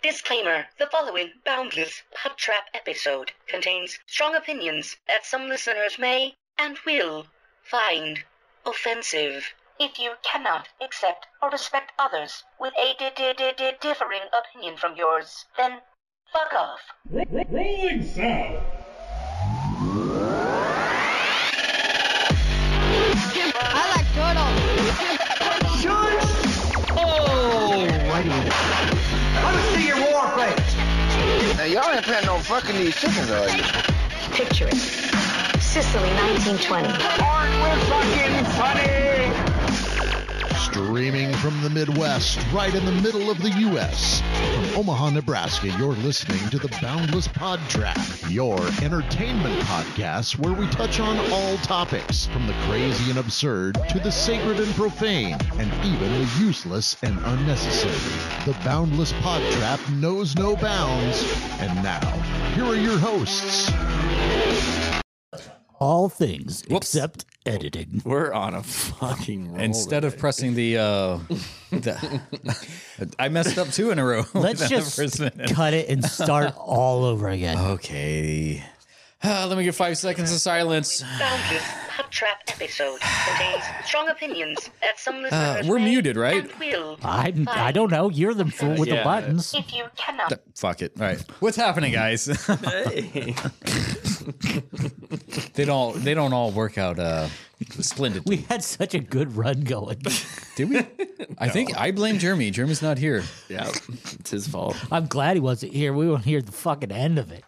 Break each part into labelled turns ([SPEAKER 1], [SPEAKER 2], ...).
[SPEAKER 1] Disclaimer The following Boundless Pub Trap episode contains strong opinions that some listeners may and will find offensive. If you cannot accept or respect others with a di- di- di- di- differing opinion from yours, then fuck off.
[SPEAKER 2] Ro- ro- Rolling south.
[SPEAKER 3] I like turtles.
[SPEAKER 4] Now y'all ain't planning on fucking these chickens, are you?
[SPEAKER 3] Picture it. Sicily, 1920.
[SPEAKER 5] Streaming from the Midwest, right in the middle of the U.S. From Omaha, Nebraska, you're listening to the Boundless Pod Trap, your entertainment podcast where we touch on all topics, from the crazy and absurd to the sacred and profane, and even the useless and unnecessary. The Boundless Pod Trap knows no bounds. And now, here are your hosts.
[SPEAKER 6] all things
[SPEAKER 7] Whoops.
[SPEAKER 6] except editing.
[SPEAKER 8] We're on a fucking roll.
[SPEAKER 7] Instead of pressing the, uh, the- I messed up two in a row.
[SPEAKER 6] Let's
[SPEAKER 7] The
[SPEAKER 6] just
[SPEAKER 7] first minute.
[SPEAKER 6] cut it and start all over again.
[SPEAKER 7] Okay. Ah, let me get five seconds of silence.
[SPEAKER 1] Boundless Pub Trap episode contains strong opinions that some listeners
[SPEAKER 7] Uh, we're
[SPEAKER 1] may
[SPEAKER 7] muted, right?
[SPEAKER 1] and will
[SPEAKER 6] I I don't know. You're the fool with the
[SPEAKER 8] Yeah.
[SPEAKER 6] buttons.
[SPEAKER 1] If you cannot
[SPEAKER 7] Fuck it. All right. What's happening, guys? they don't. They don't all work out uh, splendid.
[SPEAKER 6] We had such a good run going.
[SPEAKER 7] Did we? I think I blame Jeremy. Jeremy's not here.
[SPEAKER 8] Yeah, it's his fault.
[SPEAKER 6] I'm glad he wasn't here. We won't hear the fucking end of it.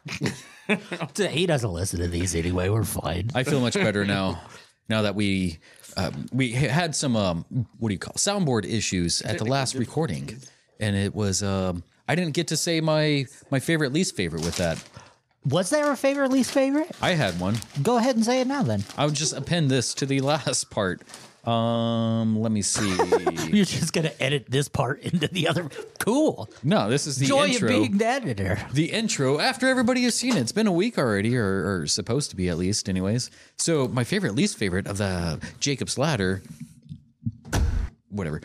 [SPEAKER 6] he doesn't listen to these anyway. We're fine.
[SPEAKER 7] I feel much better now. Now that we um, we ha- had some um, what do you call it? soundboard issues at the last recording, and it was um, I didn't get to say my my favorite least favorite with that.
[SPEAKER 6] Was there a favorite, least favorite?
[SPEAKER 7] I had one.
[SPEAKER 6] Go ahead and say it now then.
[SPEAKER 7] I would just append this to the last part. Um, let me see.
[SPEAKER 6] You're just going to edit this part into the other. Cool.
[SPEAKER 7] No, this is the
[SPEAKER 6] Joy of
[SPEAKER 7] intro.
[SPEAKER 6] being the editor.
[SPEAKER 7] the intro after everybody has seen it. It's been a week already, or, or supposed to be at least, anyways. So my favorite, least favorite of the Jacob's Ladder, whatever.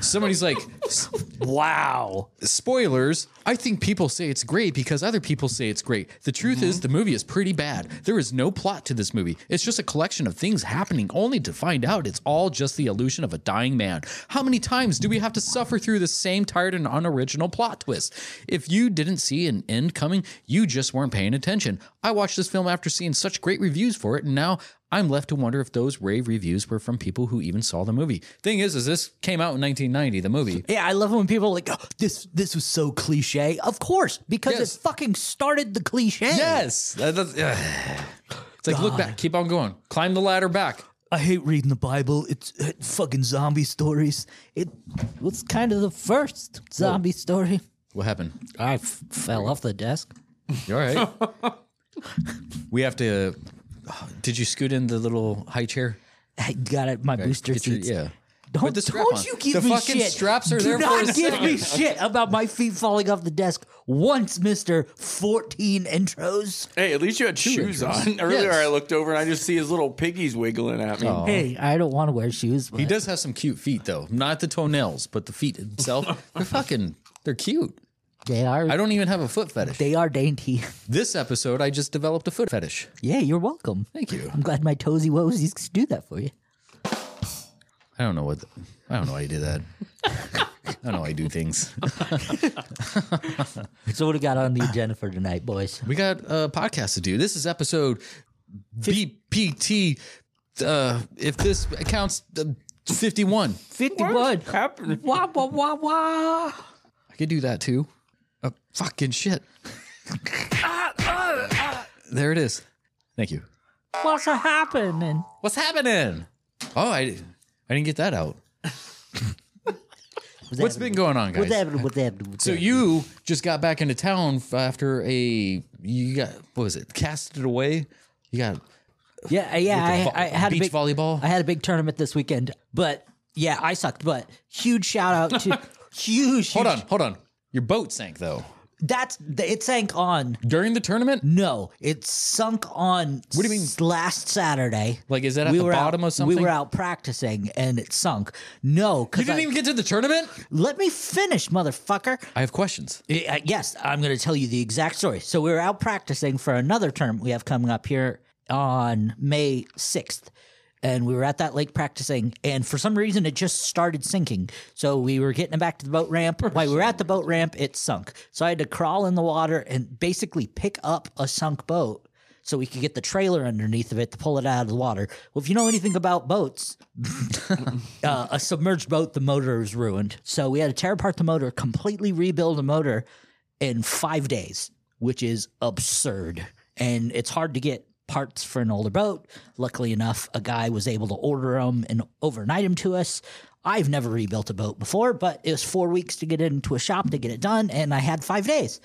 [SPEAKER 7] Somebody's like, "S-
[SPEAKER 6] Wow.
[SPEAKER 7] spoilers. I think people say it's great because other people say it's great. The truth is, the movie is pretty bad. There is no plot to this movie. It's just a collection of things happening, only to find out it's all just the illusion of a dying man. How many times do we have to suffer through the same tired and unoriginal plot twist? If you didn't see an end coming, you just weren't paying attention. I watched this film after seeing such great reviews for it, and now I'm left to wonder if those rave reviews were from people who even saw the movie. Thing is, is this came out in 1990, the movie.
[SPEAKER 6] Yeah, I love when people are like, oh, this this was so cliche. Of course, because
[SPEAKER 7] Yes.
[SPEAKER 6] it fucking started the cliche.
[SPEAKER 7] Yes. That- that's- ugh. it's like, look back, keep on going. Climb the ladder back.
[SPEAKER 6] I hate reading the Bible. It's uh, fucking zombie stories. It was kind of the first zombie story.
[SPEAKER 7] What happened?
[SPEAKER 6] I f- fell off the desk.
[SPEAKER 7] You all right? we have to. Did you scoot in the little high chair?
[SPEAKER 6] I got it. My booster
[SPEAKER 7] Get your-
[SPEAKER 6] seats.
[SPEAKER 7] yeah.
[SPEAKER 6] Don't,
[SPEAKER 7] Put the strap
[SPEAKER 6] don't
[SPEAKER 7] on.
[SPEAKER 6] you give
[SPEAKER 7] The
[SPEAKER 6] me
[SPEAKER 7] fucking
[SPEAKER 6] shit.
[SPEAKER 7] straps are
[SPEAKER 6] Do
[SPEAKER 7] there for
[SPEAKER 6] not
[SPEAKER 7] a
[SPEAKER 6] give me shit about my feet falling off the desk once, Mister. Fourteen intros.
[SPEAKER 8] Hey, at least you had shoes on. Earlier,
[SPEAKER 7] Yes.
[SPEAKER 8] I looked over and I just see his little piggies wiggling at me.
[SPEAKER 6] Hey, I don't want to wear shoes.
[SPEAKER 7] He
[SPEAKER 6] but-
[SPEAKER 7] does have some cute feet, though. Not the toenails, but the feet itself. they're fucking. They're cute.
[SPEAKER 6] They are.
[SPEAKER 7] I don't even have a foot fetish.
[SPEAKER 6] they are dainty.
[SPEAKER 7] This episode, I just developed a foot fetish.
[SPEAKER 6] Yeah, you're welcome.
[SPEAKER 7] Thank you.
[SPEAKER 6] I'm glad my toesy woesies could do that for you.
[SPEAKER 7] I don't know what. the- I don't know why I do that. I don't know why I do things.
[SPEAKER 6] So what do we got on the agenda for tonight, boys?
[SPEAKER 7] We got a podcast to do. This is episode BPT. Uh, if this accounts uh, 51,
[SPEAKER 6] Fifty-one.
[SPEAKER 8] Happened.
[SPEAKER 6] Wah wah wah wah.
[SPEAKER 7] I could do that too. Uh, fucking shit. there it is. Thank you.
[SPEAKER 6] What's happening?
[SPEAKER 7] What's happening? Oh, I, I didn't get that out. What's been going on,
[SPEAKER 6] What's
[SPEAKER 7] guys?
[SPEAKER 6] happening? What's happening? What's
[SPEAKER 7] So
[SPEAKER 6] happening?
[SPEAKER 7] you just got back into town f- after a you got what was it? Casted away. You got
[SPEAKER 6] Yeah, yeah. I,
[SPEAKER 7] vo-
[SPEAKER 6] I had
[SPEAKER 7] beach
[SPEAKER 6] a big,
[SPEAKER 7] volleyball?
[SPEAKER 6] I had a big tournament this weekend, but yeah, I sucked. But huge shout out to huge.
[SPEAKER 7] hold
[SPEAKER 6] huge-
[SPEAKER 7] on, hold on. Your boat sank though.
[SPEAKER 6] That's it sank on.
[SPEAKER 7] during the tournament?
[SPEAKER 6] No, it sunk on. What
[SPEAKER 7] do you mean?
[SPEAKER 6] Last Saturday,
[SPEAKER 7] Like, is that at
[SPEAKER 6] we
[SPEAKER 7] the
[SPEAKER 6] were
[SPEAKER 7] bottom
[SPEAKER 6] out,
[SPEAKER 7] of something?
[SPEAKER 6] We were out practicing and it sunk. No,
[SPEAKER 7] You
[SPEAKER 6] because
[SPEAKER 7] didn't even get to the tournament?
[SPEAKER 6] let me finish, motherfucker.
[SPEAKER 7] I have questions.
[SPEAKER 6] Uh, uh, yes, I'm going to tell you the exact story. So we were out practicing for another term we have coming up here on May 6th. And we were at that lake practicing, and for some reason it just started sinking. So we were getting back to the boat ramp. While we were at the boat ramp, it sunk. So I had to crawl in the water and basically pick up a sunk boat so we could get the trailer underneath of it to pull it out of the water. Well, if you know anything about boats, uh, a submerged boat, the motor is ruined. So we had to tear apart the motor, completely rebuild the motor in five days, which is absurd. And it's hard to get parts for an older boat. Luckily enough, a guy was able to order them and overnight them to us. I've never rebuilt a boat before, but it was four weeks to get it into a shop to get it done, and I had five days.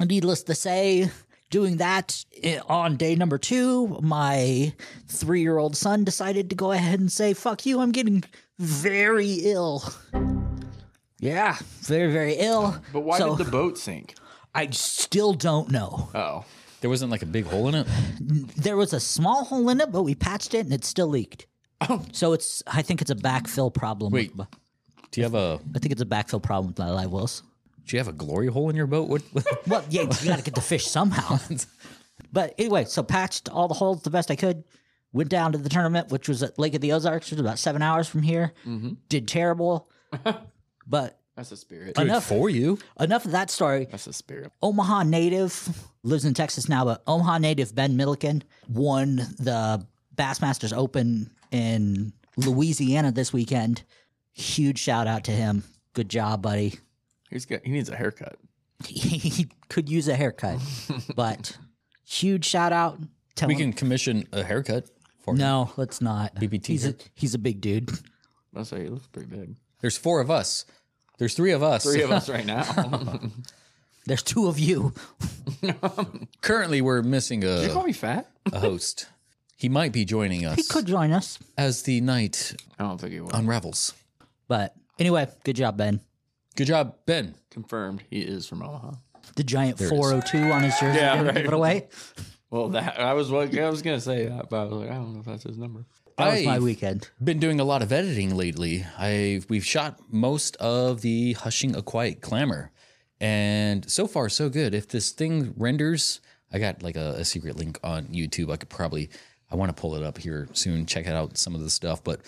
[SPEAKER 6] Needless to say, doing that eh, on day number two, my three year old son decided to go ahead and say, fuck you, I'm getting very ill. Yeah, very, very ill.
[SPEAKER 8] But why
[SPEAKER 6] So-
[SPEAKER 8] did the boat sink?
[SPEAKER 6] I still don't know.
[SPEAKER 8] Oh,
[SPEAKER 7] There wasn't like a big hole in it.
[SPEAKER 6] There was a small hole in it, but we patched it and it still leaked. Oh. So it's I think it's a backfill problem.
[SPEAKER 7] Wait.
[SPEAKER 6] with-
[SPEAKER 7] Do you have a
[SPEAKER 6] I think it's a backfill problem with my live wells.
[SPEAKER 7] Do you have a glory hole in your boat? What, what-
[SPEAKER 6] Well, yeah, you gotta get the fish somehow. but anyway, so patched all the holes the best I could. Went down to the tournament, which was at Lake of the Ozarks, which was about seven hours from here. Did terrible, but
[SPEAKER 8] that's a spirit.
[SPEAKER 7] Good
[SPEAKER 6] Enough.
[SPEAKER 7] for you.
[SPEAKER 6] enough of that story.
[SPEAKER 8] That's a spirit.
[SPEAKER 6] Omaha native, lives in Texas now, but Omaha native Ben Milliken won the Bassmasters Open in Louisiana this weekend. Huge shout out to him. Good job, buddy.
[SPEAKER 8] He's got. He needs a haircut.
[SPEAKER 6] He could use a haircut, but huge shout out. Tell
[SPEAKER 7] We
[SPEAKER 6] him-
[SPEAKER 7] can commission a haircut for you.
[SPEAKER 6] No, let's not.
[SPEAKER 7] BBT
[SPEAKER 6] He's a,
[SPEAKER 7] haircut.
[SPEAKER 6] he's a big dude.
[SPEAKER 8] That's why he looks pretty big.
[SPEAKER 7] There's four of us. There's three of us.
[SPEAKER 8] Three of us right now.
[SPEAKER 6] There's two of you.
[SPEAKER 7] Currently, we're missing
[SPEAKER 8] Did you call
[SPEAKER 7] a,
[SPEAKER 8] me fat?
[SPEAKER 7] a host. He might be joining us
[SPEAKER 6] He could join us,
[SPEAKER 7] as the night
[SPEAKER 8] I don't think he was.
[SPEAKER 7] unravels.
[SPEAKER 6] but anyway, good job, Ben.
[SPEAKER 7] Good job, Ben.
[SPEAKER 8] Confirmed, he is from Omaha.
[SPEAKER 6] The giant 402 on his jersey.
[SPEAKER 8] Yeah,
[SPEAKER 6] didn't
[SPEAKER 8] right.
[SPEAKER 6] give it away.
[SPEAKER 8] Well, that I was. what I was gonna say that, but I was like, I don't know if that's his number.
[SPEAKER 6] That was my
[SPEAKER 7] I've
[SPEAKER 6] weekend.
[SPEAKER 7] been doing a lot of editing lately. I we've shot most of the hushing a quiet clamor, and so far so good. If this thing renders, I got like a, a secret link on YouTube. I could probably I want to pull it up here soon. Check out some of the stuff, but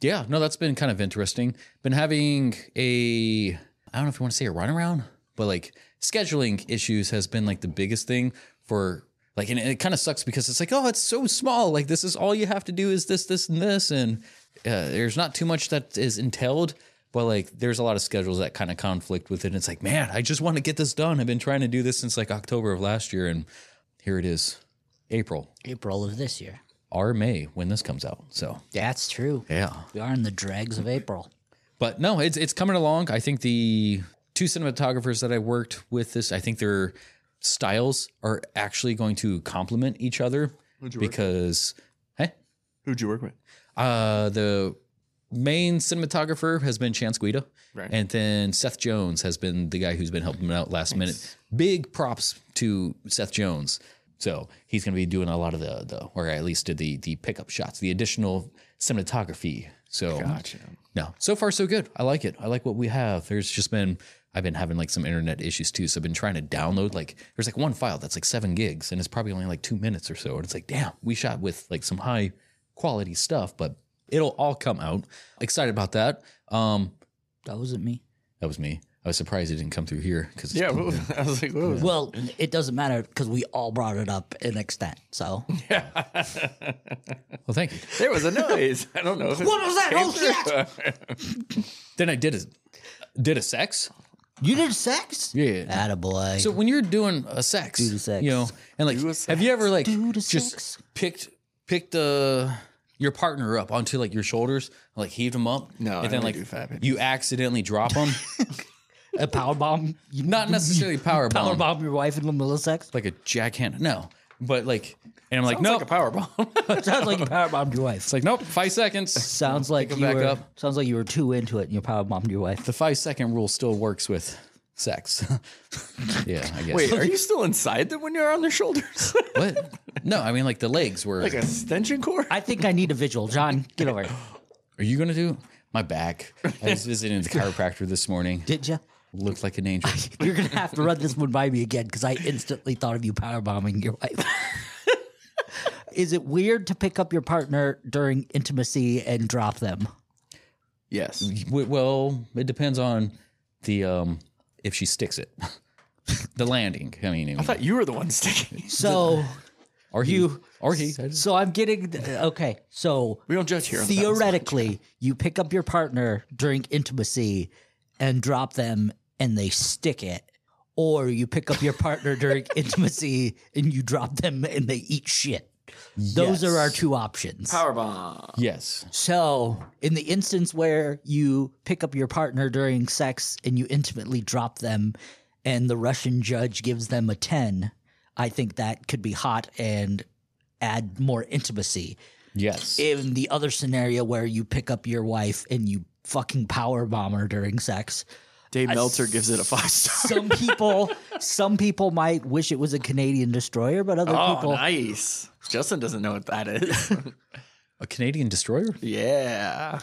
[SPEAKER 7] yeah, no, that's been kind of interesting. Been having a I don't know if you want to say a runaround, but like scheduling issues has been like the biggest thing for like and it kind of sucks because it's like oh it's so small like this is all you have to do is this this and this and uh, there's not too much that is entailed but like there's a lot of schedules that kind of conflict with it and it's like man i just want to get this done i've been trying to do this since like october of last year and here it is april
[SPEAKER 6] April of this year.
[SPEAKER 7] or may when this comes out so
[SPEAKER 6] That's true.
[SPEAKER 7] yeah
[SPEAKER 6] We are in the dregs of April.
[SPEAKER 7] but no, it's it's coming along. I think the two cinematographers that I worked with this, I think their styles are actually going to complement each other because hey,
[SPEAKER 8] Who'd you work with?
[SPEAKER 7] uh, the main cinematographer has been Chance Guida,
[SPEAKER 8] Right.
[SPEAKER 7] and then Seth Jones has been the guy who's been helping him out last minute. Big props to Seth Jones. So he's going to be doing a lot of the, the, or at least did the the pickup shots, the additional cinematography. So no, so far so good. I like it. I like what we have. There's just been I've been having like some internet issues too, so I've been trying to download like there's like one file that's like seven gigs and it's probably only like two minutes or so, and it's like damn, we shot with like some high quality stuff, but it'll all come out. Excited about that. Um,
[SPEAKER 6] That wasn't me.
[SPEAKER 7] that was me. I was surprised it didn't come through here because
[SPEAKER 8] Yeah, what was- I was like, what was
[SPEAKER 6] Well, it doesn't matter because we all brought it up in extent. So
[SPEAKER 7] Well, thank you.
[SPEAKER 8] there was a noise. I don't know. If
[SPEAKER 6] What was that? Oh,
[SPEAKER 7] Then I did a did a sex.
[SPEAKER 6] you did sex?
[SPEAKER 7] Yeah.
[SPEAKER 6] Attaboy.
[SPEAKER 7] So when you're doing a sex,
[SPEAKER 6] the sex.
[SPEAKER 7] you know, and like,
[SPEAKER 8] Do a
[SPEAKER 7] have you ever like
[SPEAKER 6] Do the
[SPEAKER 7] just
[SPEAKER 6] sex.
[SPEAKER 7] picked picked uh, your partner up onto like your shoulders, like heaved them up,
[SPEAKER 8] No, I
[SPEAKER 7] and then
[SPEAKER 8] don't
[SPEAKER 7] like
[SPEAKER 8] do fat babies.
[SPEAKER 7] you accidentally drop them,
[SPEAKER 6] a power bomb? You
[SPEAKER 7] not necessarily power
[SPEAKER 6] power
[SPEAKER 7] bomb,
[SPEAKER 6] bomb your wife in the middle of sex?
[SPEAKER 7] like a jackhammer, no, but like, and I'm like,
[SPEAKER 8] Sounds
[SPEAKER 7] no,
[SPEAKER 8] like a power bomb.
[SPEAKER 6] Sounds like you power bombed your wife.
[SPEAKER 7] it's like nope, five seconds.
[SPEAKER 6] Sounds like
[SPEAKER 7] them
[SPEAKER 6] you
[SPEAKER 7] back
[SPEAKER 6] were,
[SPEAKER 7] up.
[SPEAKER 6] sounds like you were too into it and you power bombed your wife.
[SPEAKER 7] The five second rule still works with sex. yeah, I guess.
[SPEAKER 8] Wait, are you still inside them when you're on their shoulders?
[SPEAKER 7] what? No, I mean like the legs were.
[SPEAKER 8] like a stenching cord?
[SPEAKER 6] I think I need a visual. John, get over it.
[SPEAKER 7] are you gonna do my back? I was visiting the chiropractor this morning.
[SPEAKER 6] Did you?
[SPEAKER 7] Looked like an angel.
[SPEAKER 6] You're gonna have to run this one by me again because I instantly thought of you powerbombing your wife. Is it weird to pick up your partner during intimacy and drop them?
[SPEAKER 8] yes.
[SPEAKER 7] W- well, it depends on the um if she sticks it. the landing. I mean,
[SPEAKER 8] I thought you were the one sticking.
[SPEAKER 6] So,
[SPEAKER 7] or he,
[SPEAKER 6] you-
[SPEAKER 7] or he. I just-
[SPEAKER 6] so I'm getting okay. So
[SPEAKER 8] We don't judge here. on the balance.
[SPEAKER 6] theoretically, you pick up your partner during intimacy and drop them, and they stick it. Or you pick up your partner during intimacy and you drop them and they eat shit. Those are our
[SPEAKER 7] Yes.
[SPEAKER 6] two options.
[SPEAKER 8] Powerbomb.
[SPEAKER 7] Yes.
[SPEAKER 6] So, in the instance where you pick up your partner during sex and you intimately drop them, and the Russian judge gives them a 10, I think that could be hot and add more intimacy.
[SPEAKER 7] Yes.
[SPEAKER 6] In the other scenario where you pick up your wife and you fucking power bomb her during sex,
[SPEAKER 8] Dave Meltzer gives it a five star.
[SPEAKER 6] some people some people might wish it was a Canadian destroyer, but other
[SPEAKER 8] Oh,
[SPEAKER 6] people
[SPEAKER 8] nice. Justin doesn't know what that is.
[SPEAKER 7] a Canadian destroyer.
[SPEAKER 8] yeah.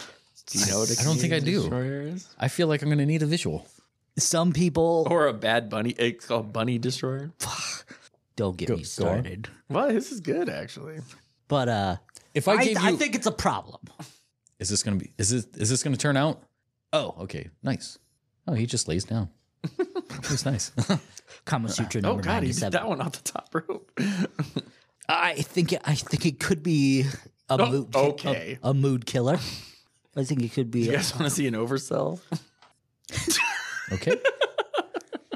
[SPEAKER 8] Do you know what a
[SPEAKER 7] I don't think I
[SPEAKER 8] Canadian
[SPEAKER 7] do.
[SPEAKER 8] Destroyer is?
[SPEAKER 7] I feel like I'm gonna need a visual.
[SPEAKER 6] some people
[SPEAKER 8] Or a bad bunny. It's called Bunny Destroyer.
[SPEAKER 6] don't get
[SPEAKER 7] Go-
[SPEAKER 6] me
[SPEAKER 7] go on.
[SPEAKER 6] started.
[SPEAKER 8] Well, this is good, actually.
[SPEAKER 6] But uh
[SPEAKER 7] If I
[SPEAKER 6] I,
[SPEAKER 7] gave you,
[SPEAKER 6] I think it's a problem.
[SPEAKER 7] is this gonna be? Is this is this gonna turn out? Oh, okay, nice. Oh, he just lays down. That's nice.
[SPEAKER 6] Kama Sutra
[SPEAKER 8] Oh,
[SPEAKER 6] number
[SPEAKER 8] God, he did
[SPEAKER 6] 97.
[SPEAKER 8] that one off the top rope.
[SPEAKER 6] I think it, I think it could be a
[SPEAKER 8] Oh,
[SPEAKER 6] mood ki- a-
[SPEAKER 8] okay.
[SPEAKER 6] a, mood killer. I think it could be.
[SPEAKER 8] You
[SPEAKER 6] a-
[SPEAKER 8] guys want to see an oversell?
[SPEAKER 7] Okay.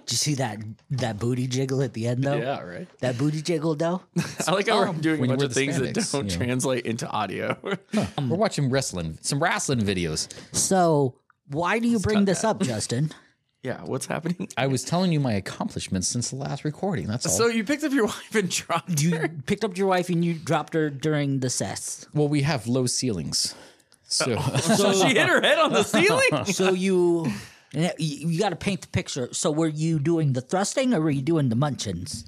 [SPEAKER 6] Did you see that that booty jiggle at the end though?
[SPEAKER 8] Yeah, right.
[SPEAKER 6] That booty jiggle though.
[SPEAKER 8] I like how we're doing a
[SPEAKER 7] when you
[SPEAKER 8] bunch
[SPEAKER 7] wear the
[SPEAKER 8] of things
[SPEAKER 7] spandex,
[SPEAKER 8] that don't
[SPEAKER 7] yeah.
[SPEAKER 8] translate into audio.
[SPEAKER 7] We're watching wrestling, some wrestling videos.
[SPEAKER 6] So why do you bring this up, Justin?
[SPEAKER 8] yeah, what's happening?
[SPEAKER 7] I was telling you my accomplishments since the last recording. That's all.
[SPEAKER 8] So you picked up your wife and dropped
[SPEAKER 6] You
[SPEAKER 8] her.
[SPEAKER 6] picked up your wife and you dropped her during the cess.
[SPEAKER 7] well, we have low ceilings. So
[SPEAKER 8] So she hit her head on the ceiling.
[SPEAKER 6] So you. You, you got to paint the picture. So, were you doing the thrusting or were you doing the munchins?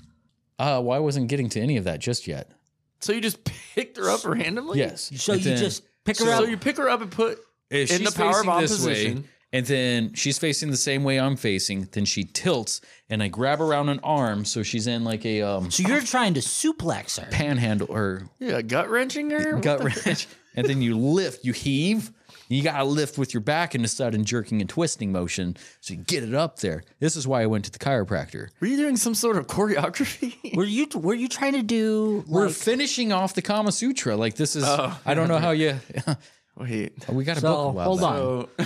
[SPEAKER 7] uh, well, I wasn't getting to any of that just yet.
[SPEAKER 8] so you just picked her up randomly.
[SPEAKER 7] Yes.
[SPEAKER 6] So
[SPEAKER 7] And
[SPEAKER 6] you
[SPEAKER 7] then
[SPEAKER 6] just pick her
[SPEAKER 8] So
[SPEAKER 6] up.
[SPEAKER 8] you pick her up and put
[SPEAKER 7] if
[SPEAKER 8] in
[SPEAKER 7] she's
[SPEAKER 8] the power
[SPEAKER 7] facing
[SPEAKER 8] bomb
[SPEAKER 7] this
[SPEAKER 8] position.
[SPEAKER 7] way, and then she's facing the same way I'm facing, then she tilts, and I grab around an arm, so she's in like a um,
[SPEAKER 6] so you're trying to suplex her.
[SPEAKER 7] panhandle or
[SPEAKER 8] yeah, gut wrenching her.
[SPEAKER 7] gut wrench, and then you lift, you heave. You gotta lift with your back in a sudden jerking and twisting motion, so you get it up there. This is why I went to the chiropractor.
[SPEAKER 8] Were you doing some sort of choreography?
[SPEAKER 6] Were you were you trying to do
[SPEAKER 7] We're
[SPEAKER 6] like, Oh.
[SPEAKER 7] finishing off the Kama Sutra. Like this is, I don't know how you.
[SPEAKER 8] Wait.
[SPEAKER 7] we got a
[SPEAKER 6] So,
[SPEAKER 7] book. about
[SPEAKER 6] hold
[SPEAKER 7] that.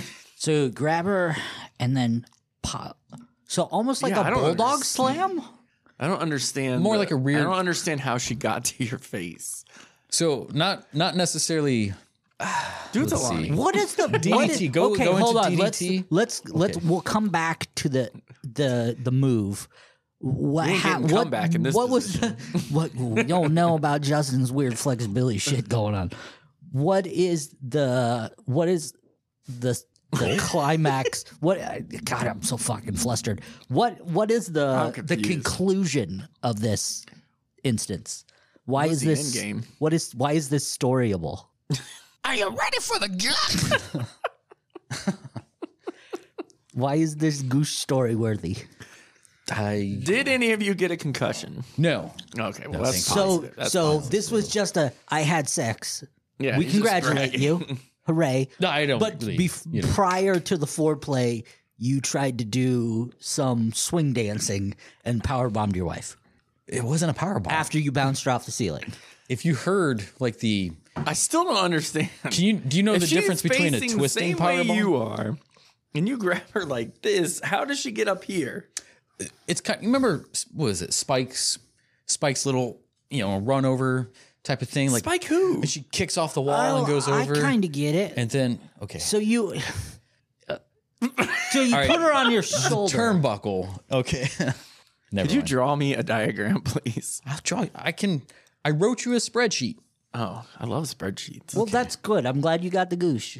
[SPEAKER 6] on.
[SPEAKER 8] So
[SPEAKER 6] So grab her and then pop. So almost like
[SPEAKER 8] Yeah, I
[SPEAKER 6] a
[SPEAKER 8] don't
[SPEAKER 6] bulldog
[SPEAKER 8] understand.
[SPEAKER 6] slam.
[SPEAKER 8] I don't understand.
[SPEAKER 7] More
[SPEAKER 8] the-
[SPEAKER 7] like a rear-
[SPEAKER 8] I don't understand how she got to your face.
[SPEAKER 7] So not not necessarily.
[SPEAKER 8] Dude's
[SPEAKER 7] Let's
[SPEAKER 8] a
[SPEAKER 7] see.
[SPEAKER 8] line.
[SPEAKER 6] What is the What is,
[SPEAKER 7] DDT, go-
[SPEAKER 6] okay,
[SPEAKER 7] go into
[SPEAKER 6] hold on.
[SPEAKER 7] DDT.
[SPEAKER 6] Let's let's let's we'll come back to the the the move. What
[SPEAKER 8] We ain't getting
[SPEAKER 6] what,
[SPEAKER 8] comeback in this
[SPEAKER 6] what was the, what we don't know about Justin's weird flexibility shit going on. What is the what is the the climax? What uh, God, I'm so fucking flustered. What what is the
[SPEAKER 8] I'm
[SPEAKER 6] the
[SPEAKER 8] confused.
[SPEAKER 6] conclusion of this instance? Why
[SPEAKER 8] What
[SPEAKER 6] is
[SPEAKER 8] was the end
[SPEAKER 6] this
[SPEAKER 8] game?
[SPEAKER 6] What is why is this storyable?
[SPEAKER 3] Are you ready for the gun?
[SPEAKER 6] Why is this goose story worthy?
[SPEAKER 7] I
[SPEAKER 8] Did any of you get a concussion?
[SPEAKER 7] no.
[SPEAKER 8] Okay, well
[SPEAKER 7] No,
[SPEAKER 8] that's
[SPEAKER 7] thank
[SPEAKER 6] So,
[SPEAKER 8] positive. That's
[SPEAKER 6] so
[SPEAKER 8] positive.
[SPEAKER 6] this was just a I had sex.
[SPEAKER 8] yeah,
[SPEAKER 6] we
[SPEAKER 8] you just
[SPEAKER 6] congratulate
[SPEAKER 8] brag.
[SPEAKER 6] you, hooray!
[SPEAKER 7] No, I don't.
[SPEAKER 6] But
[SPEAKER 7] believe,
[SPEAKER 6] bef-
[SPEAKER 7] you know.
[SPEAKER 6] prior to the foreplay, you tried to do some swing dancing and power bombed your wife
[SPEAKER 7] it wasn't a power bomb.
[SPEAKER 6] after you bounced her off the ceiling.
[SPEAKER 7] if you heard like the,
[SPEAKER 8] I still don't understand.
[SPEAKER 7] can you do you know
[SPEAKER 8] If
[SPEAKER 7] the
[SPEAKER 8] she's
[SPEAKER 7] difference between a
[SPEAKER 8] facing the
[SPEAKER 7] twisting
[SPEAKER 8] same
[SPEAKER 7] power
[SPEAKER 8] way
[SPEAKER 7] bomb?
[SPEAKER 8] You are, and you grab her like this. How does she get up here?
[SPEAKER 7] it's kind. You remember what is it? Spike's Spike's little you know run over type of thing. Like
[SPEAKER 8] Spike who?
[SPEAKER 7] and she kicks off the wall and
[SPEAKER 6] Oh,
[SPEAKER 7] goes over,
[SPEAKER 6] I kind of get it.
[SPEAKER 7] and then okay,
[SPEAKER 6] so you, so you
[SPEAKER 7] All right.
[SPEAKER 6] put her on your shoulder.
[SPEAKER 7] turnbuckle. Okay, never
[SPEAKER 8] Could you
[SPEAKER 7] mind.
[SPEAKER 8] draw me a diagram, please?
[SPEAKER 7] I'll draw. I can. I wrote you a spreadsheet.
[SPEAKER 8] Oh, I love spreadsheets.
[SPEAKER 6] well, that's good. I'm glad you got the goose.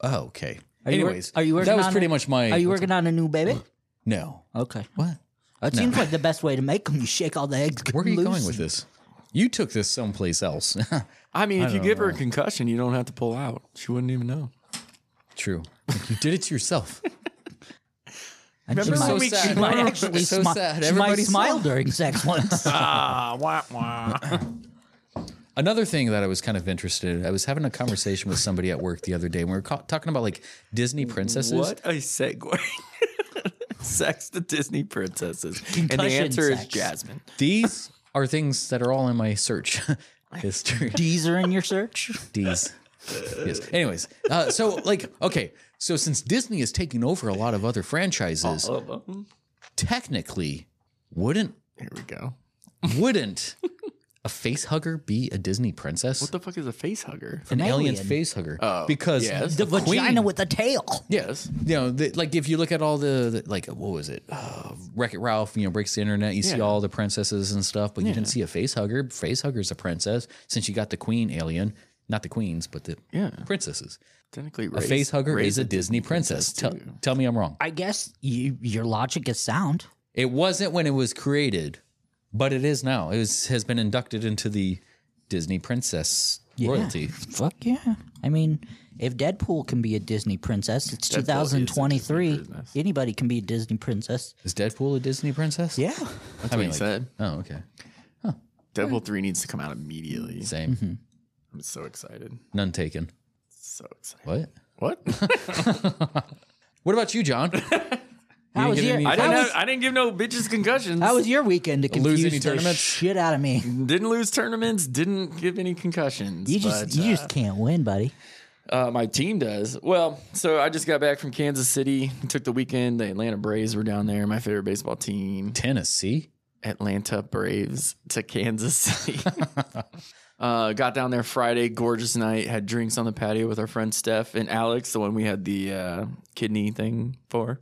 [SPEAKER 7] Oh, okay.
[SPEAKER 6] Are you wor-
[SPEAKER 7] Anyways,
[SPEAKER 6] are you working
[SPEAKER 7] that was
[SPEAKER 6] on
[SPEAKER 7] pretty
[SPEAKER 6] it?
[SPEAKER 7] much my.
[SPEAKER 6] Are you working on a new baby?
[SPEAKER 7] No.
[SPEAKER 6] Okay.
[SPEAKER 7] What?
[SPEAKER 6] That
[SPEAKER 7] No.
[SPEAKER 6] seems like the best way to make them. You shake all the eggs.
[SPEAKER 7] Where are you
[SPEAKER 6] loose.
[SPEAKER 7] going with this? You took this someplace else.
[SPEAKER 8] I mean, if you give her a concussion, you don't have to pull out. She wouldn't even know.
[SPEAKER 7] True. You did it to yourself.
[SPEAKER 6] And she
[SPEAKER 7] Remember
[SPEAKER 6] might,
[SPEAKER 7] so
[SPEAKER 6] she
[SPEAKER 7] sad.
[SPEAKER 6] might
[SPEAKER 7] Remember
[SPEAKER 6] actually
[SPEAKER 7] so
[SPEAKER 6] smi-
[SPEAKER 7] sad.
[SPEAKER 6] She might
[SPEAKER 7] Everybody
[SPEAKER 6] smile
[SPEAKER 7] saw.
[SPEAKER 6] during sex once.
[SPEAKER 8] Ah, wah, wah.
[SPEAKER 7] Another thing that I was kind of interested in, I was having a conversation with somebody at work the other day, and we were ca- talking about like Disney princesses.
[SPEAKER 8] What a segue. sex to Disney princesses. and the
[SPEAKER 6] Concussion
[SPEAKER 8] answer is
[SPEAKER 6] sex.
[SPEAKER 8] Jasmine.
[SPEAKER 7] These are things that are all in my search history.
[SPEAKER 6] D's are in your search.
[SPEAKER 7] D's. Yes. Anyways, uh, so like, okay, so since Disney is taking over a lot of other franchises, technically, wouldn't
[SPEAKER 8] Here we go.
[SPEAKER 7] wouldn't a face hugger be a Disney princess?
[SPEAKER 8] What the fuck is a face hugger?
[SPEAKER 7] an, alien,
[SPEAKER 6] alien.
[SPEAKER 7] face hugger?
[SPEAKER 8] Oh,
[SPEAKER 7] because
[SPEAKER 8] yes.
[SPEAKER 6] The vagina
[SPEAKER 7] queen-
[SPEAKER 6] with a tail.
[SPEAKER 8] Yes.
[SPEAKER 7] you know, the, like if you look at all the, the like, what was it? Uh, Wreck It Ralph, you know, breaks the internet. You see
[SPEAKER 8] Yeah.
[SPEAKER 7] all the princesses and stuff, but you didn't see a face hugger. Face hugger's a princess since you got the queen alien, not the queens, but the
[SPEAKER 8] Yeah.
[SPEAKER 7] princesses.
[SPEAKER 8] Technically,
[SPEAKER 7] A face hugger is a Disney princess. Tell, tell me I'm wrong.
[SPEAKER 6] I guess you, your logic is sound.
[SPEAKER 7] It wasn't when it was created, but it is now. It was, has been inducted into the Disney princess royalty.
[SPEAKER 6] Fuck yeah. I mean, if Deadpool can be a Disney princess, it's
[SPEAKER 8] Deadpool is a
[SPEAKER 6] 2023.
[SPEAKER 8] Disney princess.
[SPEAKER 6] Anybody can be a Disney princess.
[SPEAKER 7] Is Deadpool a Disney princess?
[SPEAKER 6] Yeah.
[SPEAKER 8] That's
[SPEAKER 7] I
[SPEAKER 8] what
[SPEAKER 7] mean,
[SPEAKER 8] he
[SPEAKER 7] like-
[SPEAKER 8] said.
[SPEAKER 7] Oh, okay.
[SPEAKER 8] Deadpool 3 needs to come out immediately.
[SPEAKER 7] Same.
[SPEAKER 6] Mm-hmm.
[SPEAKER 8] I'm so excited.
[SPEAKER 7] None taken.
[SPEAKER 8] So excited.
[SPEAKER 7] What?
[SPEAKER 8] What?
[SPEAKER 7] What about you, John?
[SPEAKER 6] How
[SPEAKER 7] didn't
[SPEAKER 6] was
[SPEAKER 7] get
[SPEAKER 6] your
[SPEAKER 7] any-
[SPEAKER 8] I,
[SPEAKER 6] how
[SPEAKER 8] didn't
[SPEAKER 6] was-
[SPEAKER 8] have- I didn't give no bitches concussions.
[SPEAKER 6] how was your weekend to confuse
[SPEAKER 7] Lose any
[SPEAKER 6] the
[SPEAKER 7] tournaments?
[SPEAKER 6] shit out of me?
[SPEAKER 8] didn't lose tournaments, didn't give any concussions.
[SPEAKER 6] You just
[SPEAKER 8] but,
[SPEAKER 6] you
[SPEAKER 8] uh,
[SPEAKER 6] just can't win, buddy.
[SPEAKER 8] Uh, my team does. Well, so I just got back from Kansas City. Took the weekend. The Atlanta Braves were down there. My favorite baseball team,
[SPEAKER 7] Tennessee.
[SPEAKER 8] Atlanta Braves, to Kansas City. uh, got down there Friday. Gorgeous night. Had drinks on the patio with our friend Steph and Alex, the one we had the uh, kidney thing for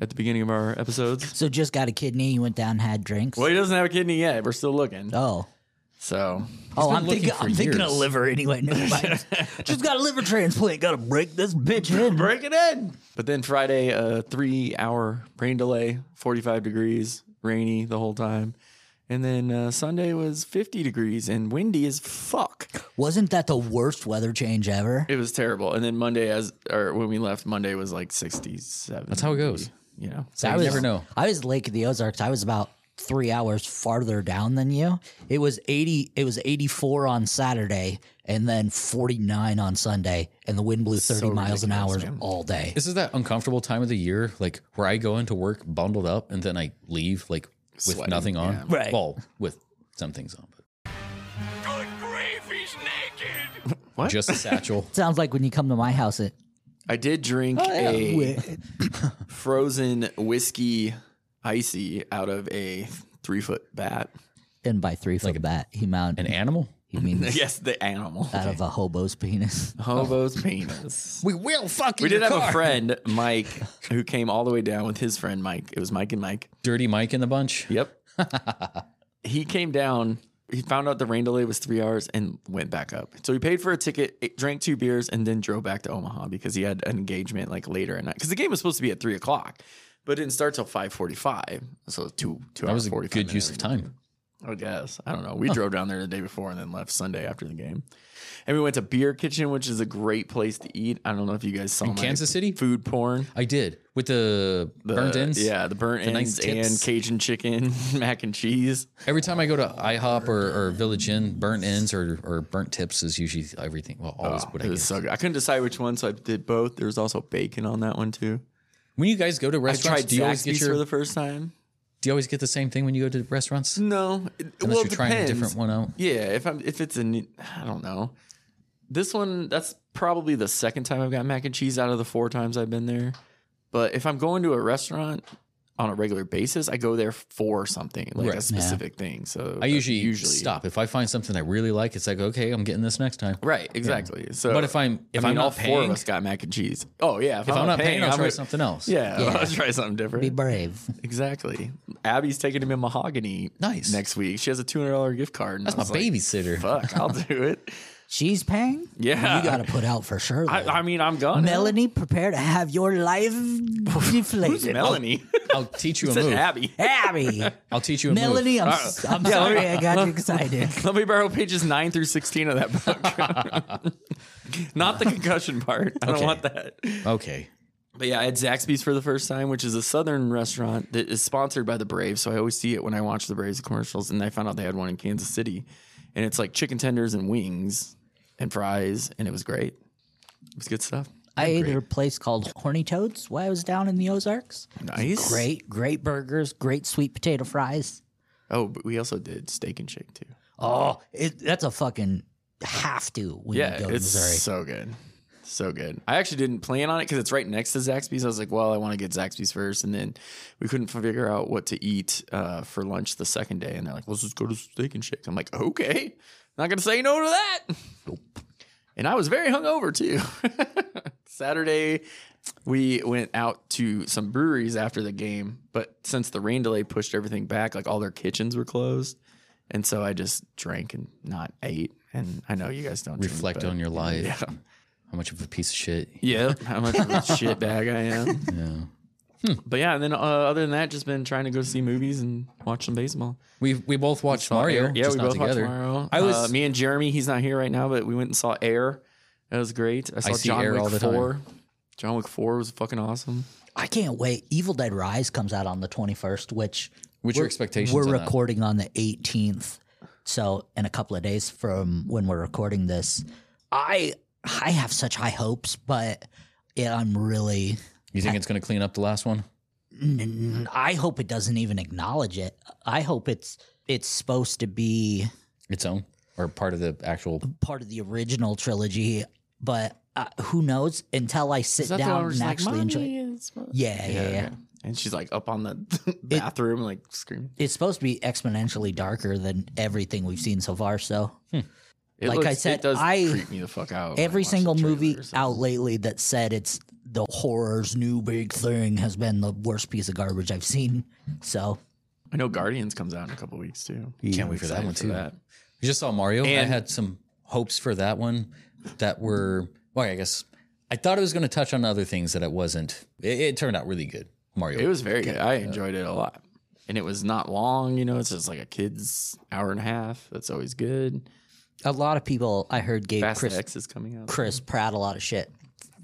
[SPEAKER 8] at the beginning of our episodes.
[SPEAKER 6] So just got a kidney. You went down, and had drinks.
[SPEAKER 8] Well, he doesn't have a kidney yet. We're still looking.
[SPEAKER 6] Oh,
[SPEAKER 8] So
[SPEAKER 6] oh,
[SPEAKER 7] been
[SPEAKER 6] I'm thinking
[SPEAKER 7] looking for
[SPEAKER 6] I'm thinking of
[SPEAKER 7] years.
[SPEAKER 6] liver anyway. Never mind. just got a liver transplant. Got to break this bitch in.
[SPEAKER 8] break it in. But then Friday, a three hour rain delay, 45 degrees, rainy the whole time. And then uh, Sunday was 50 degrees and windy as fuck.
[SPEAKER 6] Wasn't that the worst weather change ever?
[SPEAKER 8] It was terrible. And then Monday, as or when we left, Monday was like 67.
[SPEAKER 7] That's how it goes.
[SPEAKER 8] You know,
[SPEAKER 7] So you
[SPEAKER 6] was-
[SPEAKER 7] never know.
[SPEAKER 6] I was Lake of the Ozarks. I was about three hours farther down than you. It was eighty. It was eighty four on Saturday, and then forty nine on Sunday, and the wind blew thirty miles an hour
[SPEAKER 8] ridiculous, man.
[SPEAKER 6] all day.
[SPEAKER 7] This is that uncomfortable time of the year, like where I go into work bundled up and then I leave like with
[SPEAKER 8] Sweating,
[SPEAKER 7] nothing on.
[SPEAKER 8] yeah.
[SPEAKER 6] Right.
[SPEAKER 7] Well, with some things on, but
[SPEAKER 2] Good grief, he's naked!
[SPEAKER 8] What?
[SPEAKER 7] just a satchel.
[SPEAKER 6] Sounds like when you come to my house at
[SPEAKER 8] I did drink a frozen whiskey icy out of a three foot bat.
[SPEAKER 6] and by three foot bat he mount
[SPEAKER 7] An animal?
[SPEAKER 6] he means
[SPEAKER 8] Yes, the animal.
[SPEAKER 6] out of a hobo's penis.
[SPEAKER 8] Hobo's penis.
[SPEAKER 7] We will fuck
[SPEAKER 8] We did have a friend, Mike, who came all the way down with his friend Mike. It was Mike and Mike.
[SPEAKER 7] Dirty Mike in the bunch.
[SPEAKER 8] Yep. he came down. He found out the rain delay was three hours and went back up. So he paid for a ticket, ate- drank two beers, and then drove back to Omaha because he had an engagement like later at night. Because the game was supposed to be at three o'clock, but it didn't start till five forty-five. So two two
[SPEAKER 7] That was
[SPEAKER 8] hours
[SPEAKER 7] a
[SPEAKER 8] forty
[SPEAKER 7] good
[SPEAKER 8] five.
[SPEAKER 7] use of time.
[SPEAKER 8] I guess. I don't know. We drove down there the day before and then left Sunday after the game. And we went to Beer Kitchen, which is a great place to eat. I don't know if you guys saw
[SPEAKER 7] In
[SPEAKER 8] my
[SPEAKER 7] Kansas City?
[SPEAKER 8] food porn.
[SPEAKER 7] I did with the,
[SPEAKER 8] The-
[SPEAKER 7] burnt ends.
[SPEAKER 8] Yeah, the burnt
[SPEAKER 7] The nice
[SPEAKER 8] ends and
[SPEAKER 7] tips.
[SPEAKER 8] Cajun chicken, mac and cheese.
[SPEAKER 7] Every time I go to IHOP or, or Village Inn, burnt ends or, or burnt tips is usually everything. Well, always what I
[SPEAKER 8] Oh, It
[SPEAKER 7] get.
[SPEAKER 8] was so good. I couldn't decide which one, so I did both. There was also bacon on that one too.
[SPEAKER 7] When you guys go to
[SPEAKER 8] I
[SPEAKER 7] restaurants,
[SPEAKER 8] tried
[SPEAKER 7] do you always get
[SPEAKER 8] Zaxby's
[SPEAKER 7] your,
[SPEAKER 8] for the first time.
[SPEAKER 7] do you always get the same thing when you go to restaurants?
[SPEAKER 8] No, it-
[SPEAKER 7] Unless
[SPEAKER 8] well,
[SPEAKER 7] you're
[SPEAKER 8] it
[SPEAKER 7] trying a
[SPEAKER 8] depends.
[SPEAKER 7] different one out.
[SPEAKER 8] Yeah, if I'm if it's a new, I don't know. This one that's probably the second time I've got mac and cheese out of the four times I've been there. But if I'm going to a restaurant on a regular basis, I go there for something like
[SPEAKER 7] Right. Yeah.
[SPEAKER 8] a specific thing. So uh,
[SPEAKER 7] I
[SPEAKER 8] that's
[SPEAKER 7] usually stop if I find something I really like. It's like okay, I'm getting this next time.
[SPEAKER 8] Right, exactly. So,
[SPEAKER 7] But if I'm if
[SPEAKER 8] I
[SPEAKER 7] I'm
[SPEAKER 8] mean, all
[SPEAKER 7] not
[SPEAKER 8] four of
[SPEAKER 7] paying,
[SPEAKER 8] us
[SPEAKER 7] if
[SPEAKER 8] got mac and cheese. Oh yeah, if,
[SPEAKER 7] I'm not paying, I'll
[SPEAKER 8] I'm
[SPEAKER 7] try
[SPEAKER 8] gonna-
[SPEAKER 7] something else.
[SPEAKER 8] Yeah,
[SPEAKER 6] Yeah.
[SPEAKER 8] I'll try something
[SPEAKER 6] Be
[SPEAKER 8] different.
[SPEAKER 6] brave.
[SPEAKER 8] Exactly. Abby's taking him in mahogany.
[SPEAKER 7] Nice.
[SPEAKER 8] Next week, she has a two hundred dollar gift card. and I
[SPEAKER 7] my
[SPEAKER 8] was like,
[SPEAKER 7] babysitter.
[SPEAKER 8] Fuck, I'll do it.
[SPEAKER 6] She's paying.
[SPEAKER 8] Yeah.
[SPEAKER 6] you got to put out for sure.
[SPEAKER 8] I,
[SPEAKER 6] though.
[SPEAKER 8] I mean, I'm gone.
[SPEAKER 6] Melanie, prepare to have your life deflated.
[SPEAKER 8] Melanie.
[SPEAKER 7] I'll teach you Oh, a
[SPEAKER 8] Said
[SPEAKER 7] move.
[SPEAKER 8] Abby.
[SPEAKER 6] Abby,
[SPEAKER 7] I'll teach you a move.
[SPEAKER 6] Melanie, I'm, Uh, s- I'm sorry I got you excited.
[SPEAKER 8] Let me borrow pages nine through sixteen of that book. Not the concussion part. I
[SPEAKER 7] Okay.
[SPEAKER 8] don't want that.
[SPEAKER 7] Okay.
[SPEAKER 8] But yeah, I had Zaxby's for the first time, which is a southern restaurant that is sponsored by the Braves. So I always see it when I watch the Braves commercials. And I found out they had one in Kansas City, and it's like chicken tenders and wings and fries, and it was great. It was good stuff.
[SPEAKER 6] I ate at a place called Horny Toads while I was down in the Ozarks.
[SPEAKER 8] Nice,
[SPEAKER 6] Great, great burgers, great sweet potato fries.
[SPEAKER 8] Oh, but we also did steak and shake too.
[SPEAKER 6] Oh, it, that's a fucking have to when
[SPEAKER 8] Yeah,
[SPEAKER 6] you go to
[SPEAKER 8] it's
[SPEAKER 6] Missouri.
[SPEAKER 8] so good. So good. I actually didn't plan on it because it's right next to Zaxby's. I was like, well, I want to get Zaxby's first. And then we couldn't figure out what to eat uh, for lunch the second day. And they're like, let's just go to Steak and Shake. I'm like, okay. Not going to say no to that. And I was very hungover too. Saturday, we went out to some breweries after the game. But since the rain delay pushed everything back, like all their kitchens were closed. And so I just drank and not ate. And I know you guys don't drink,
[SPEAKER 7] Reflect
[SPEAKER 8] but-
[SPEAKER 7] on your life.
[SPEAKER 8] Yeah.
[SPEAKER 7] How much of a piece of shit.
[SPEAKER 8] Yeah, how much of a shit bag I am. But yeah, and then uh, other than that, just been trying to go see movies and watch some baseball.
[SPEAKER 7] We we both watched Mario.
[SPEAKER 8] Air. Yeah,
[SPEAKER 7] just
[SPEAKER 8] we
[SPEAKER 7] not
[SPEAKER 8] both
[SPEAKER 7] together.
[SPEAKER 8] watched Mario.
[SPEAKER 7] I was
[SPEAKER 8] uh, me and Jeremy. He's not here right now, but we went and saw Air. That was great. I saw
[SPEAKER 7] see
[SPEAKER 8] John
[SPEAKER 7] Air
[SPEAKER 8] Wick
[SPEAKER 7] all the time.
[SPEAKER 8] Four. John Wick Four was fucking awesome.
[SPEAKER 6] I can't wait. Evil Dead Rise comes out on the 21st, which
[SPEAKER 7] What's your expectations
[SPEAKER 6] We're
[SPEAKER 7] on that?
[SPEAKER 6] recording on the 18th, so in a couple of days from when we're recording this, I I have such high hopes, but yeah, I'm really.
[SPEAKER 7] You think it's going to clean up the last one?
[SPEAKER 6] n- I hope it doesn't even acknowledge it. I hope it's it's supposed to be
[SPEAKER 7] Its own or part of the actual?
[SPEAKER 6] part of the original trilogy, but uh, who knows until I sit
[SPEAKER 8] Is that the one
[SPEAKER 6] down
[SPEAKER 8] where
[SPEAKER 6] and
[SPEAKER 8] she's like,
[SPEAKER 6] actually enjoy. it.
[SPEAKER 8] "Mommy, it's mo-"
[SPEAKER 6] Yeah, yeah, yeah.
[SPEAKER 8] okay. And she's like up on the bathroom, like screaming.
[SPEAKER 6] It's supposed to be exponentially darker than everything we've seen so far. So
[SPEAKER 8] It
[SPEAKER 6] Like I said,
[SPEAKER 8] it does
[SPEAKER 6] I-
[SPEAKER 8] creep me the fuck out. when I
[SPEAKER 6] every
[SPEAKER 8] watch the
[SPEAKER 6] single movie
[SPEAKER 8] trailers.
[SPEAKER 6] out lately that said it's the horror's new big thing has been the worst piece of garbage I've seen. So
[SPEAKER 8] I know Guardians comes out in a couple weeks too.
[SPEAKER 7] Can't wait for that
[SPEAKER 8] Excited
[SPEAKER 7] one too. We just saw Mario. I
[SPEAKER 8] And-
[SPEAKER 7] had some hopes for that one that were. Well, I guess I thought it was going to touch on other things that it wasn't. It, it turned out really good. Mario.
[SPEAKER 8] It was very good. I enjoyed it a lot. And it was not long, you know, it's just like a kid's hour and a half. That's always good.
[SPEAKER 6] a lot of people I heard gave
[SPEAKER 8] Fast
[SPEAKER 6] Chris
[SPEAKER 8] X is coming out.
[SPEAKER 6] Chris Pratt a lot of shit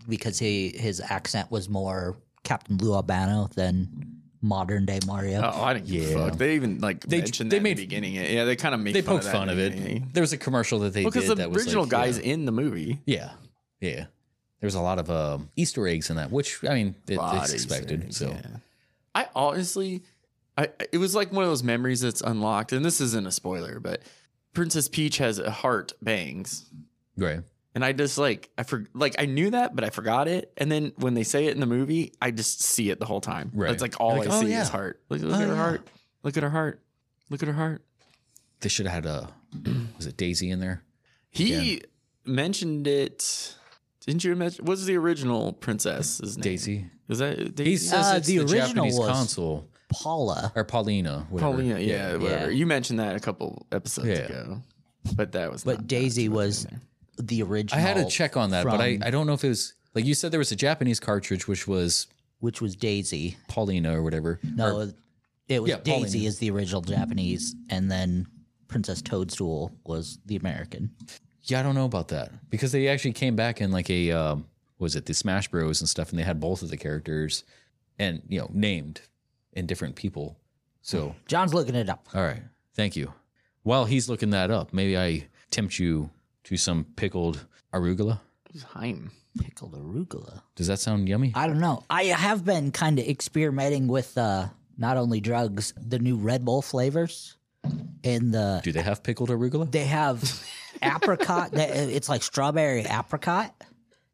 [SPEAKER 6] because he his accent was more Captain Lou Albano than modern day Mario.
[SPEAKER 8] Oh, I didn't give
[SPEAKER 7] Yeah.
[SPEAKER 8] a fuck. They even like
[SPEAKER 7] They-
[SPEAKER 8] mentioned
[SPEAKER 7] they
[SPEAKER 8] that in
[SPEAKER 7] made-
[SPEAKER 8] the beginning. Yeah, they kind of make
[SPEAKER 7] they
[SPEAKER 8] fun
[SPEAKER 7] poked
[SPEAKER 8] of that
[SPEAKER 7] fun
[SPEAKER 8] in
[SPEAKER 7] of
[SPEAKER 8] the
[SPEAKER 7] it.
[SPEAKER 8] beginning.
[SPEAKER 7] There was a commercial that they
[SPEAKER 8] Well, because
[SPEAKER 7] did.
[SPEAKER 8] the
[SPEAKER 7] that was
[SPEAKER 8] original
[SPEAKER 7] like,
[SPEAKER 8] guy's
[SPEAKER 7] yeah.
[SPEAKER 8] in the movie.
[SPEAKER 7] Yeah, yeah. There was a lot of uh, Easter eggs in that, which I mean, it, it's
[SPEAKER 8] Bodies,
[SPEAKER 7] expected.
[SPEAKER 8] things,
[SPEAKER 7] so
[SPEAKER 8] yeah. I honestly, I I- it was like one of those memories that's unlocked, and this isn't a spoiler, but Princess Peach has a heart bangs.
[SPEAKER 7] right,
[SPEAKER 8] And I just like I for, like I knew that, but I forgot it. And then when they say it in the movie, I just see it the whole time.
[SPEAKER 7] Right.
[SPEAKER 8] That's like all
[SPEAKER 7] You're like,
[SPEAKER 8] I
[SPEAKER 7] "Oh,
[SPEAKER 8] see
[SPEAKER 7] yeah.
[SPEAKER 8] is heart. Look, look
[SPEAKER 7] Oh,
[SPEAKER 8] at her
[SPEAKER 7] yeah.
[SPEAKER 8] heart. Look at her heart. Look at her heart.
[SPEAKER 7] they should have had a was it Daisy in there?
[SPEAKER 8] He mentioned it. Didn't you mention? What's the original princess's name?
[SPEAKER 7] Daisy.
[SPEAKER 8] Is that Daisy? Oh,
[SPEAKER 7] He says
[SPEAKER 6] Uh,
[SPEAKER 7] it's
[SPEAKER 6] the
[SPEAKER 7] the,
[SPEAKER 6] original
[SPEAKER 7] Japanese
[SPEAKER 6] was-
[SPEAKER 7] console
[SPEAKER 6] Paula.
[SPEAKER 7] or Paulina. Whatever.
[SPEAKER 8] Paulina. Yeah, whatever.
[SPEAKER 6] yeah.
[SPEAKER 8] You mentioned that a couple episodes
[SPEAKER 7] Yeah.
[SPEAKER 8] ago, but that was.
[SPEAKER 6] But
[SPEAKER 8] not-
[SPEAKER 6] Daisy
[SPEAKER 8] not
[SPEAKER 6] was
[SPEAKER 8] in there.
[SPEAKER 6] the original.
[SPEAKER 7] I had to check on that, but I,
[SPEAKER 6] from-
[SPEAKER 7] I don't know if it was like you said there was a Japanese cartridge which was
[SPEAKER 6] which was Daisy.
[SPEAKER 7] Paulina or whatever.
[SPEAKER 6] No,
[SPEAKER 7] Or-
[SPEAKER 6] it was
[SPEAKER 7] Yeah, Pauline.
[SPEAKER 6] Daisy is the original Japanese, and then Princess Toadstool was the American.
[SPEAKER 7] yeah, I don't know about that because they actually came back in like a um, what was it the Smash Bros and stuff, and they had both of the characters and you know named and different people. So
[SPEAKER 6] John's looking it up.
[SPEAKER 7] all right, thank you. While he's looking that up, maybe I tempt you to some pickled arugula.
[SPEAKER 8] Who's Haim?
[SPEAKER 6] Pickled arugula.
[SPEAKER 7] Does that sound yummy?
[SPEAKER 6] I don't know. I have been kind of experimenting with uh, not only drugs, the new Red Bull flavors, and the
[SPEAKER 7] Do they have pickled arugula?
[SPEAKER 6] they have apricot. that- uh, It's like strawberry apricot.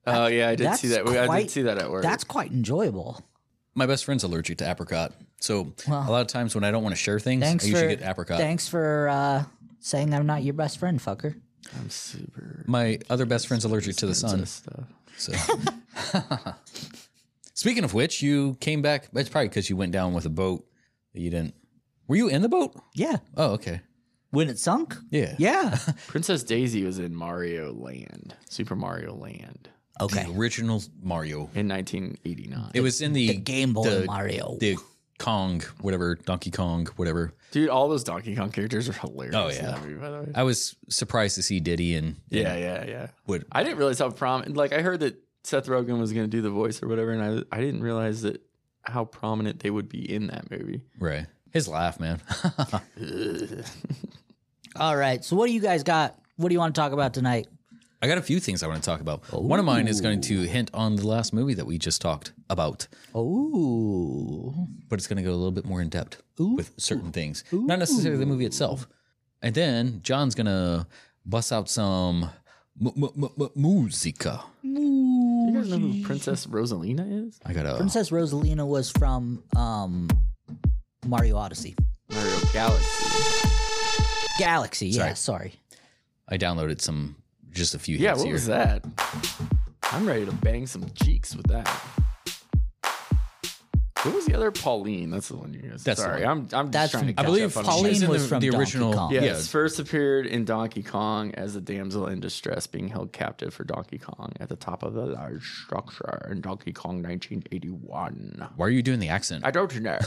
[SPEAKER 8] Oh yeah, I did
[SPEAKER 6] that's
[SPEAKER 8] see that. I
[SPEAKER 6] quite-
[SPEAKER 8] did see that at work.
[SPEAKER 6] That's quite enjoyable.
[SPEAKER 7] My best friend's allergic to apricot, so
[SPEAKER 6] Well,
[SPEAKER 7] a lot of times when I don't want to share things,
[SPEAKER 6] Thanks
[SPEAKER 7] I usually
[SPEAKER 6] for
[SPEAKER 7] get apricot.
[SPEAKER 6] Thanks for uh, saying I'm not your best friend, fucker.
[SPEAKER 8] I'm super
[SPEAKER 7] My other best friend's allergic to the sun.
[SPEAKER 8] princess stuff.
[SPEAKER 7] So. Speaking of which, you came back. It's probably because you went down with a boat that you didn't. Were you in the boat?
[SPEAKER 6] Yeah.
[SPEAKER 7] Oh, okay.
[SPEAKER 6] When it sunk.
[SPEAKER 7] Yeah.
[SPEAKER 6] Yeah.
[SPEAKER 8] Princess Daisy was in Mario Land, Super Mario Land,
[SPEAKER 6] Okay.
[SPEAKER 7] The original Mario.
[SPEAKER 8] in 1989.
[SPEAKER 7] It was in the,
[SPEAKER 6] the Game Boy
[SPEAKER 7] the-
[SPEAKER 6] Mario.
[SPEAKER 7] The Kong, whatever, Donkey Kong, whatever.
[SPEAKER 8] Dude, all those Donkey Kong characters are hilarious.
[SPEAKER 7] Oh,
[SPEAKER 8] in
[SPEAKER 7] yeah.
[SPEAKER 8] that movie, by the way.
[SPEAKER 7] I was surprised to see Diddy and
[SPEAKER 8] Yeah, yeah, yeah.
[SPEAKER 7] Would
[SPEAKER 8] I didn't realize how prominent. Like I heard that Seth Rogen was going to do the voice or whatever, and I I didn't realize that how prominent they would be in that movie.
[SPEAKER 7] right his laugh, man.
[SPEAKER 6] All right. So what do you guys got? What do you want to talk about tonight?
[SPEAKER 7] I got a few things I want to talk about. One of mine is going to hint on the last movie that we just talked about,
[SPEAKER 6] Oh.
[SPEAKER 7] but it's going to go a little bit more in depth with certain things, not necessarily the movie itself. And then John's going to bust out some mu- mu- mu- mu- musica.
[SPEAKER 8] Do you guys know
[SPEAKER 7] Oh,
[SPEAKER 8] who Princess Rosalina is?
[SPEAKER 7] I got a
[SPEAKER 6] Princess Rosalina was from um, Mario Odyssey.
[SPEAKER 8] Mario Galaxy.
[SPEAKER 6] Galaxy, yeah, sorry.
[SPEAKER 7] I downloaded some just a few
[SPEAKER 8] Yeah,
[SPEAKER 7] hits
[SPEAKER 8] what
[SPEAKER 7] here.
[SPEAKER 8] was that? I'm ready to bang some cheeks with that. What was the other Pauline? That's the one you guys.
[SPEAKER 7] That's the
[SPEAKER 8] sorry,
[SPEAKER 7] one.
[SPEAKER 8] I'm I'm
[SPEAKER 6] That's
[SPEAKER 8] just trying to
[SPEAKER 6] from-
[SPEAKER 8] catch
[SPEAKER 7] I believe
[SPEAKER 8] up on
[SPEAKER 6] Pauline
[SPEAKER 7] she's in
[SPEAKER 6] was
[SPEAKER 7] the,
[SPEAKER 6] from
[SPEAKER 7] the
[SPEAKER 6] Donkey
[SPEAKER 7] original.
[SPEAKER 6] Kong.
[SPEAKER 7] Yeah,
[SPEAKER 8] Yes, first appeared in Donkey Kong as a damsel in distress being held captive for Donkey Kong at the top of a large structure in Donkey Kong 1981.
[SPEAKER 7] Why are you doing the accent?
[SPEAKER 8] I don't know.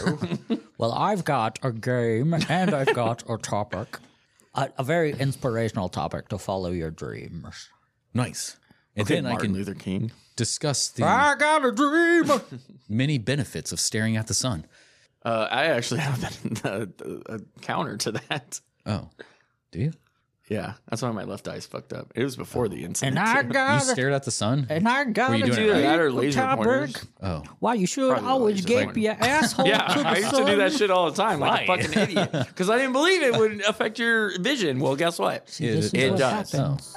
[SPEAKER 6] Well, I've got a game and I've got a topic. A, a very inspirational topic to follow your dreams.
[SPEAKER 7] nice. And
[SPEAKER 8] Okay,
[SPEAKER 7] then I
[SPEAKER 8] Martin
[SPEAKER 7] can
[SPEAKER 8] Luther King.
[SPEAKER 7] discuss the
[SPEAKER 6] got a dream.
[SPEAKER 7] many benefits of staring at the sun.
[SPEAKER 8] Uh, I actually have a, a, a counter to that.
[SPEAKER 7] Oh, do you?
[SPEAKER 8] Yeah, that's why my left eye's fucked up. It was before the incident.
[SPEAKER 6] and I
[SPEAKER 8] too.
[SPEAKER 7] You
[SPEAKER 6] got a,
[SPEAKER 7] stared at the sun?
[SPEAKER 6] Ah, and I got
[SPEAKER 7] you
[SPEAKER 6] a
[SPEAKER 7] doing it right?
[SPEAKER 6] dream
[SPEAKER 8] That or laser
[SPEAKER 6] topic.
[SPEAKER 8] pointers?
[SPEAKER 7] Oh,
[SPEAKER 6] Why you should
[SPEAKER 8] Probably
[SPEAKER 6] always
[SPEAKER 8] laser
[SPEAKER 6] gape
[SPEAKER 8] pointer.
[SPEAKER 6] your asshole
[SPEAKER 8] Yeah,
[SPEAKER 6] to the
[SPEAKER 8] I used
[SPEAKER 6] sun.
[SPEAKER 8] to do that shit all the time, like
[SPEAKER 7] Why?
[SPEAKER 8] a fucking idiot, because I didn't believe it would affect your vision. Well, guess what?
[SPEAKER 6] See, this is
[SPEAKER 8] it
[SPEAKER 6] what
[SPEAKER 8] does. Oh.
[SPEAKER 6] happens.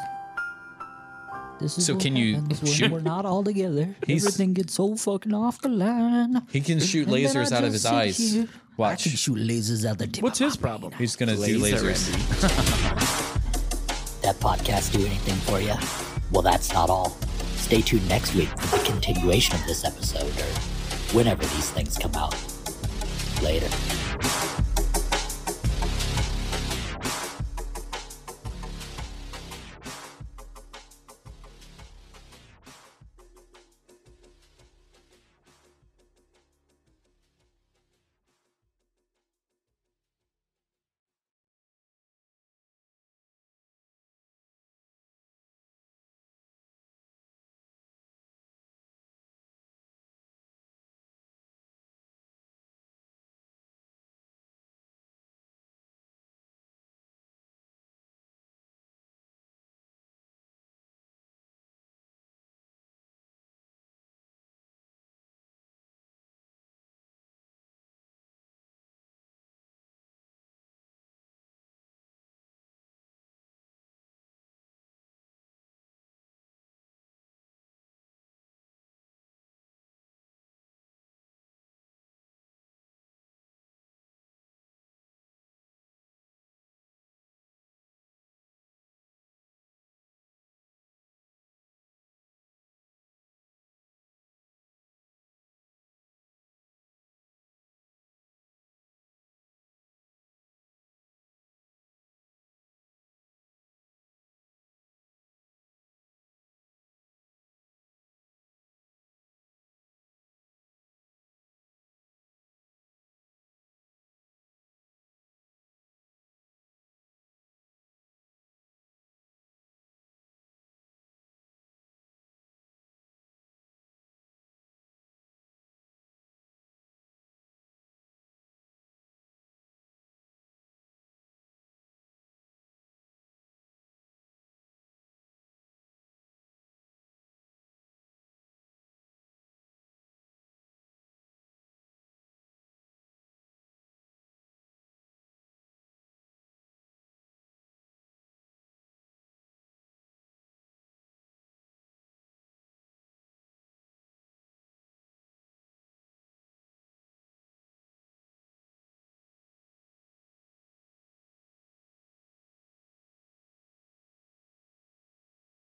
[SPEAKER 6] This is
[SPEAKER 7] So
[SPEAKER 6] what
[SPEAKER 7] can you
[SPEAKER 6] happens when
[SPEAKER 7] shoot-
[SPEAKER 6] We're not all together.
[SPEAKER 7] He's-
[SPEAKER 6] Everything gets so fucking off the line.
[SPEAKER 7] he can shoot
[SPEAKER 6] And then
[SPEAKER 7] lasers
[SPEAKER 6] I
[SPEAKER 7] out of
[SPEAKER 6] just
[SPEAKER 7] his
[SPEAKER 6] sit
[SPEAKER 7] eyes.
[SPEAKER 6] here. I can
[SPEAKER 7] Watch,
[SPEAKER 6] shoot lasers out the tip.
[SPEAKER 8] What's his problem?
[SPEAKER 7] he's gonna do lasers.
[SPEAKER 9] that podcast do anything for you? Well, that's not all. Stay tuned next week for the continuation of this episode or whenever these things come out. Later.